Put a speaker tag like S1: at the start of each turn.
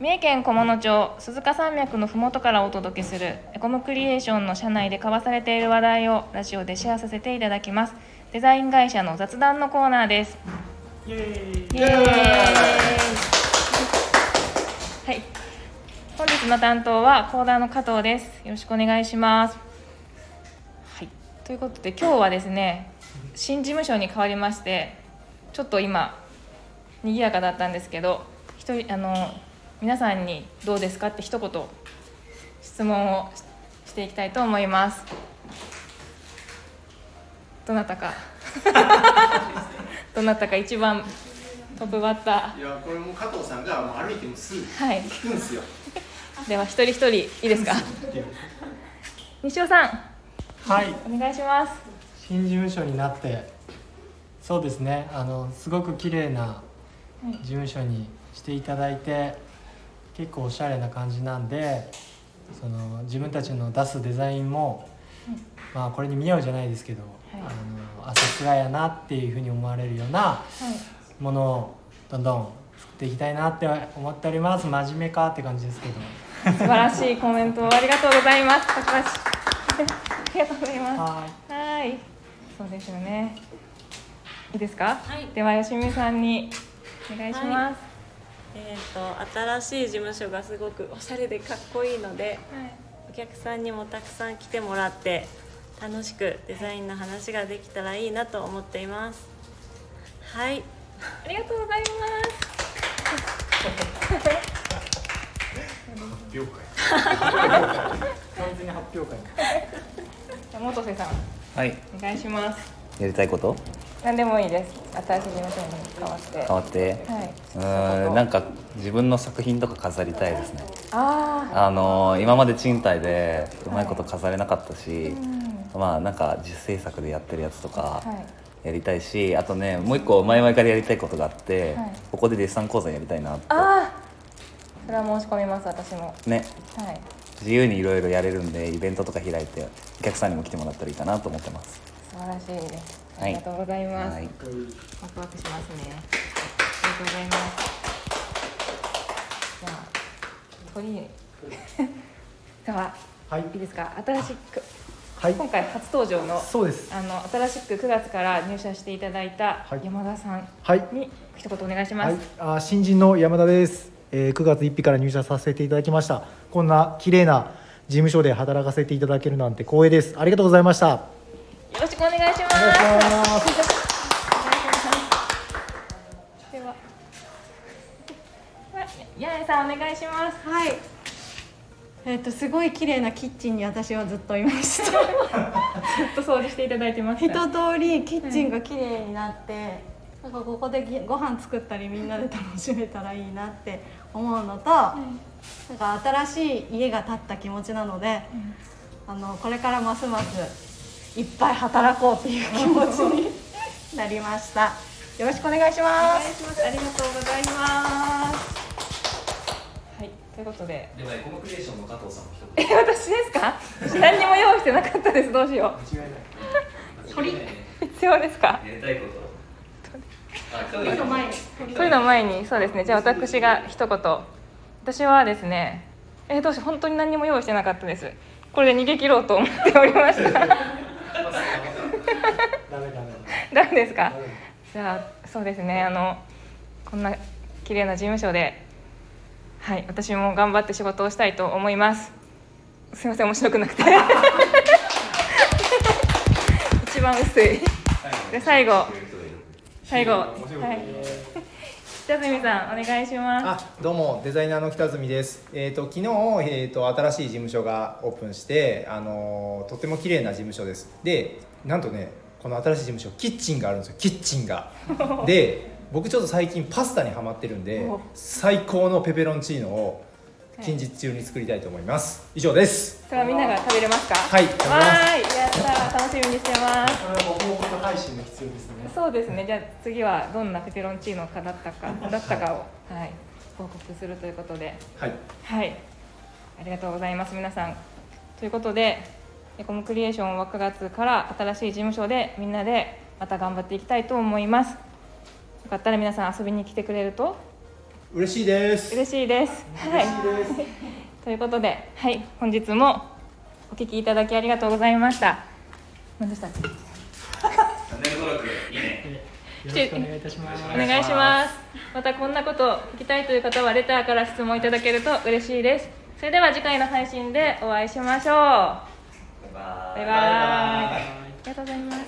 S1: 三重県菰野町鈴鹿山脈のふもとからお届けするエコムクリエーションの社内で交わされている話題をラジオでシェアさせていただきますデザイン会社の雑談のコーナーです
S2: イエー
S1: イ
S2: イ
S1: エーイはい本日の担当はコーダーの加藤ですよろしくお願いしますはいということで今日はですね新事務所に変わりましてちょっと今賑やかだったんですけど一人あの皆さんにどうですかって一言質問をししていきたいと思いますどなたかどなたか一番トップバッタ
S2: いやこれもう加藤さんがもう歩いてもすぐ
S1: ーはい
S2: 聞くんですよ
S1: では一人一人いいですか 西尾さん
S3: はい、
S1: お願いします
S3: 新事務所になってそうですねあのすごく綺麗ない事務所にしていただいて結構おしゃれな感じなんでその自分たちの出すデザインも、まあこれに見合うじゃないですけど、
S1: い
S3: あのあさすがやなっていうふうに思われるようなものをどんどん作っていきたいなって思っております真面目かって感じですけど
S1: 素晴らしいコメントをありがとうございます パチパチありがとうございま
S3: はい
S1: すはいそうですよねいいですか、
S4: はい
S1: では吉見さんにお願いします、
S4: えー、と新しい事務所がすごくおしゃれでかっこいいので
S1: はい
S4: お客さんにもたくさん来てもらって楽しくデザインの話ができたらいいなと思っていますはい
S1: ありがとうございます
S2: 発表 会
S3: 完全に発表会
S1: じゃあ元瀬さん
S5: はい、
S1: お願いします
S5: やりたいこと
S1: 何でもいいです新しい事務所に変わって
S5: 変わって、
S1: はい、
S5: うーんなんか自分の作品とか飾りたいですね
S1: あ
S5: あのー今まで賃貸でうまいこと飾れなかったし、まあなんか自主制作でやってるやつと
S1: あ
S5: か
S1: はい
S5: やりたいしあとねもう一個前々からやりたいことがあって、
S1: はい
S5: ここでデッサン講座やりたいなっ
S1: ああそれは申し込みます私も
S5: てね
S1: はい
S5: 自由にいろいろやれるんでイベントとか開いてお客さんにも来てもらったらいいかなと思ってます
S1: 素晴らしいですあ
S5: は
S1: り
S5: い
S1: がとうございます、
S5: はい
S1: ワクワクしますねありがとうございますじゃあ 鳥居では
S3: はい
S1: いいですか新しく
S3: はい
S1: 今回初登場の
S3: そうです
S1: あの新しく9月から入社していただいた
S6: はい
S1: 山田さん
S6: はい、
S1: に一言お願いしま
S6: はい
S1: す、、
S6: あー新人の山田です、えー9月1日から入社させていただきましたこんな綺麗な事務所で働かせていただけるなんて光栄ですありがとうございました
S1: よろしくお願いします
S6: お願いします
S1: では八重さんお願いします
S7: はい。えっ、とすごい綺麗なキッチンに私はずっといまし
S1: ず
S7: た。
S1: っと掃除していただいてまし
S7: 一
S1: た
S7: 通りキッチンが綺麗になって、なんかここでぎご飯作ったりみんなで楽しめたらいいなって思うのと、なんか新しい家が建った気持ちなので、あのこれからますますいっぱい働こうっていう気持ちになりました。よろしくお願いし
S1: お
S7: ま
S1: 願い
S7: す。
S1: します。ありがとうございます。はい、ということで、
S5: ではエコムクリエーションの加藤さんも一
S1: え、私ですか。何にも用意してなかったです。どうしよ
S5: 言
S1: 鳥 う。必要ですか。
S5: やりたいことあ
S7: ちょっと前に
S1: というのを前に、そうですね。じゃあ、私が一言。私はですね。え、どうしよう、本当に何にも用意してなかったです。これで逃げ切ろうと思っておりました。
S3: ダメダメ
S1: ダメですか
S3: ダ。メ
S1: じゃあそうですねあのこんな綺麗な事務所ではい私も頑張って仕事をしたいと思いますすいません面白くなくて 一番薄いで最後最後はい北角さんお願いしま
S8: あどうもデザイナーの北角です、えー、と昨日、えー、と新しい事務所がオープンして、あのーとっても綺麗な事務所ですでなんとねこの新しい事務所キッチンがあるんですよキッチ ンがで僕ちょっと最近パスタにハマってるんで
S1: お
S8: 最高のペペロンチーノを近日中に作りたいと思います以上です
S1: すそれはみんなが食べれますか
S8: はい食べます
S1: わーいやったー楽しみにしてます
S3: これはもう報告配信が必要ですね
S1: そうですねじゃあ次はどんなペペロンチーノかだったかだったかをはい報告するということで
S8: はい
S1: はい、ありがとうございます皆さん。ということで、エコムクリエーションは9月から新しい事務所でみんなでまた頑張っていきたいと思います。よかったら皆さん遊びに来てくれると
S8: 嬉しいです
S1: 嬉しいです。はい。ということで、はい、本日もお聞きいただきありがとうございました。何でしたっけ
S2: チャンネル登録いいね
S3: よろしくお願いいたします。
S1: お願いします。またこんなことを聞きたいという方はレターから質問いただけると嬉しいです。それでは次回の配信でお会いしましょう。バイバイ。ありがとうございます。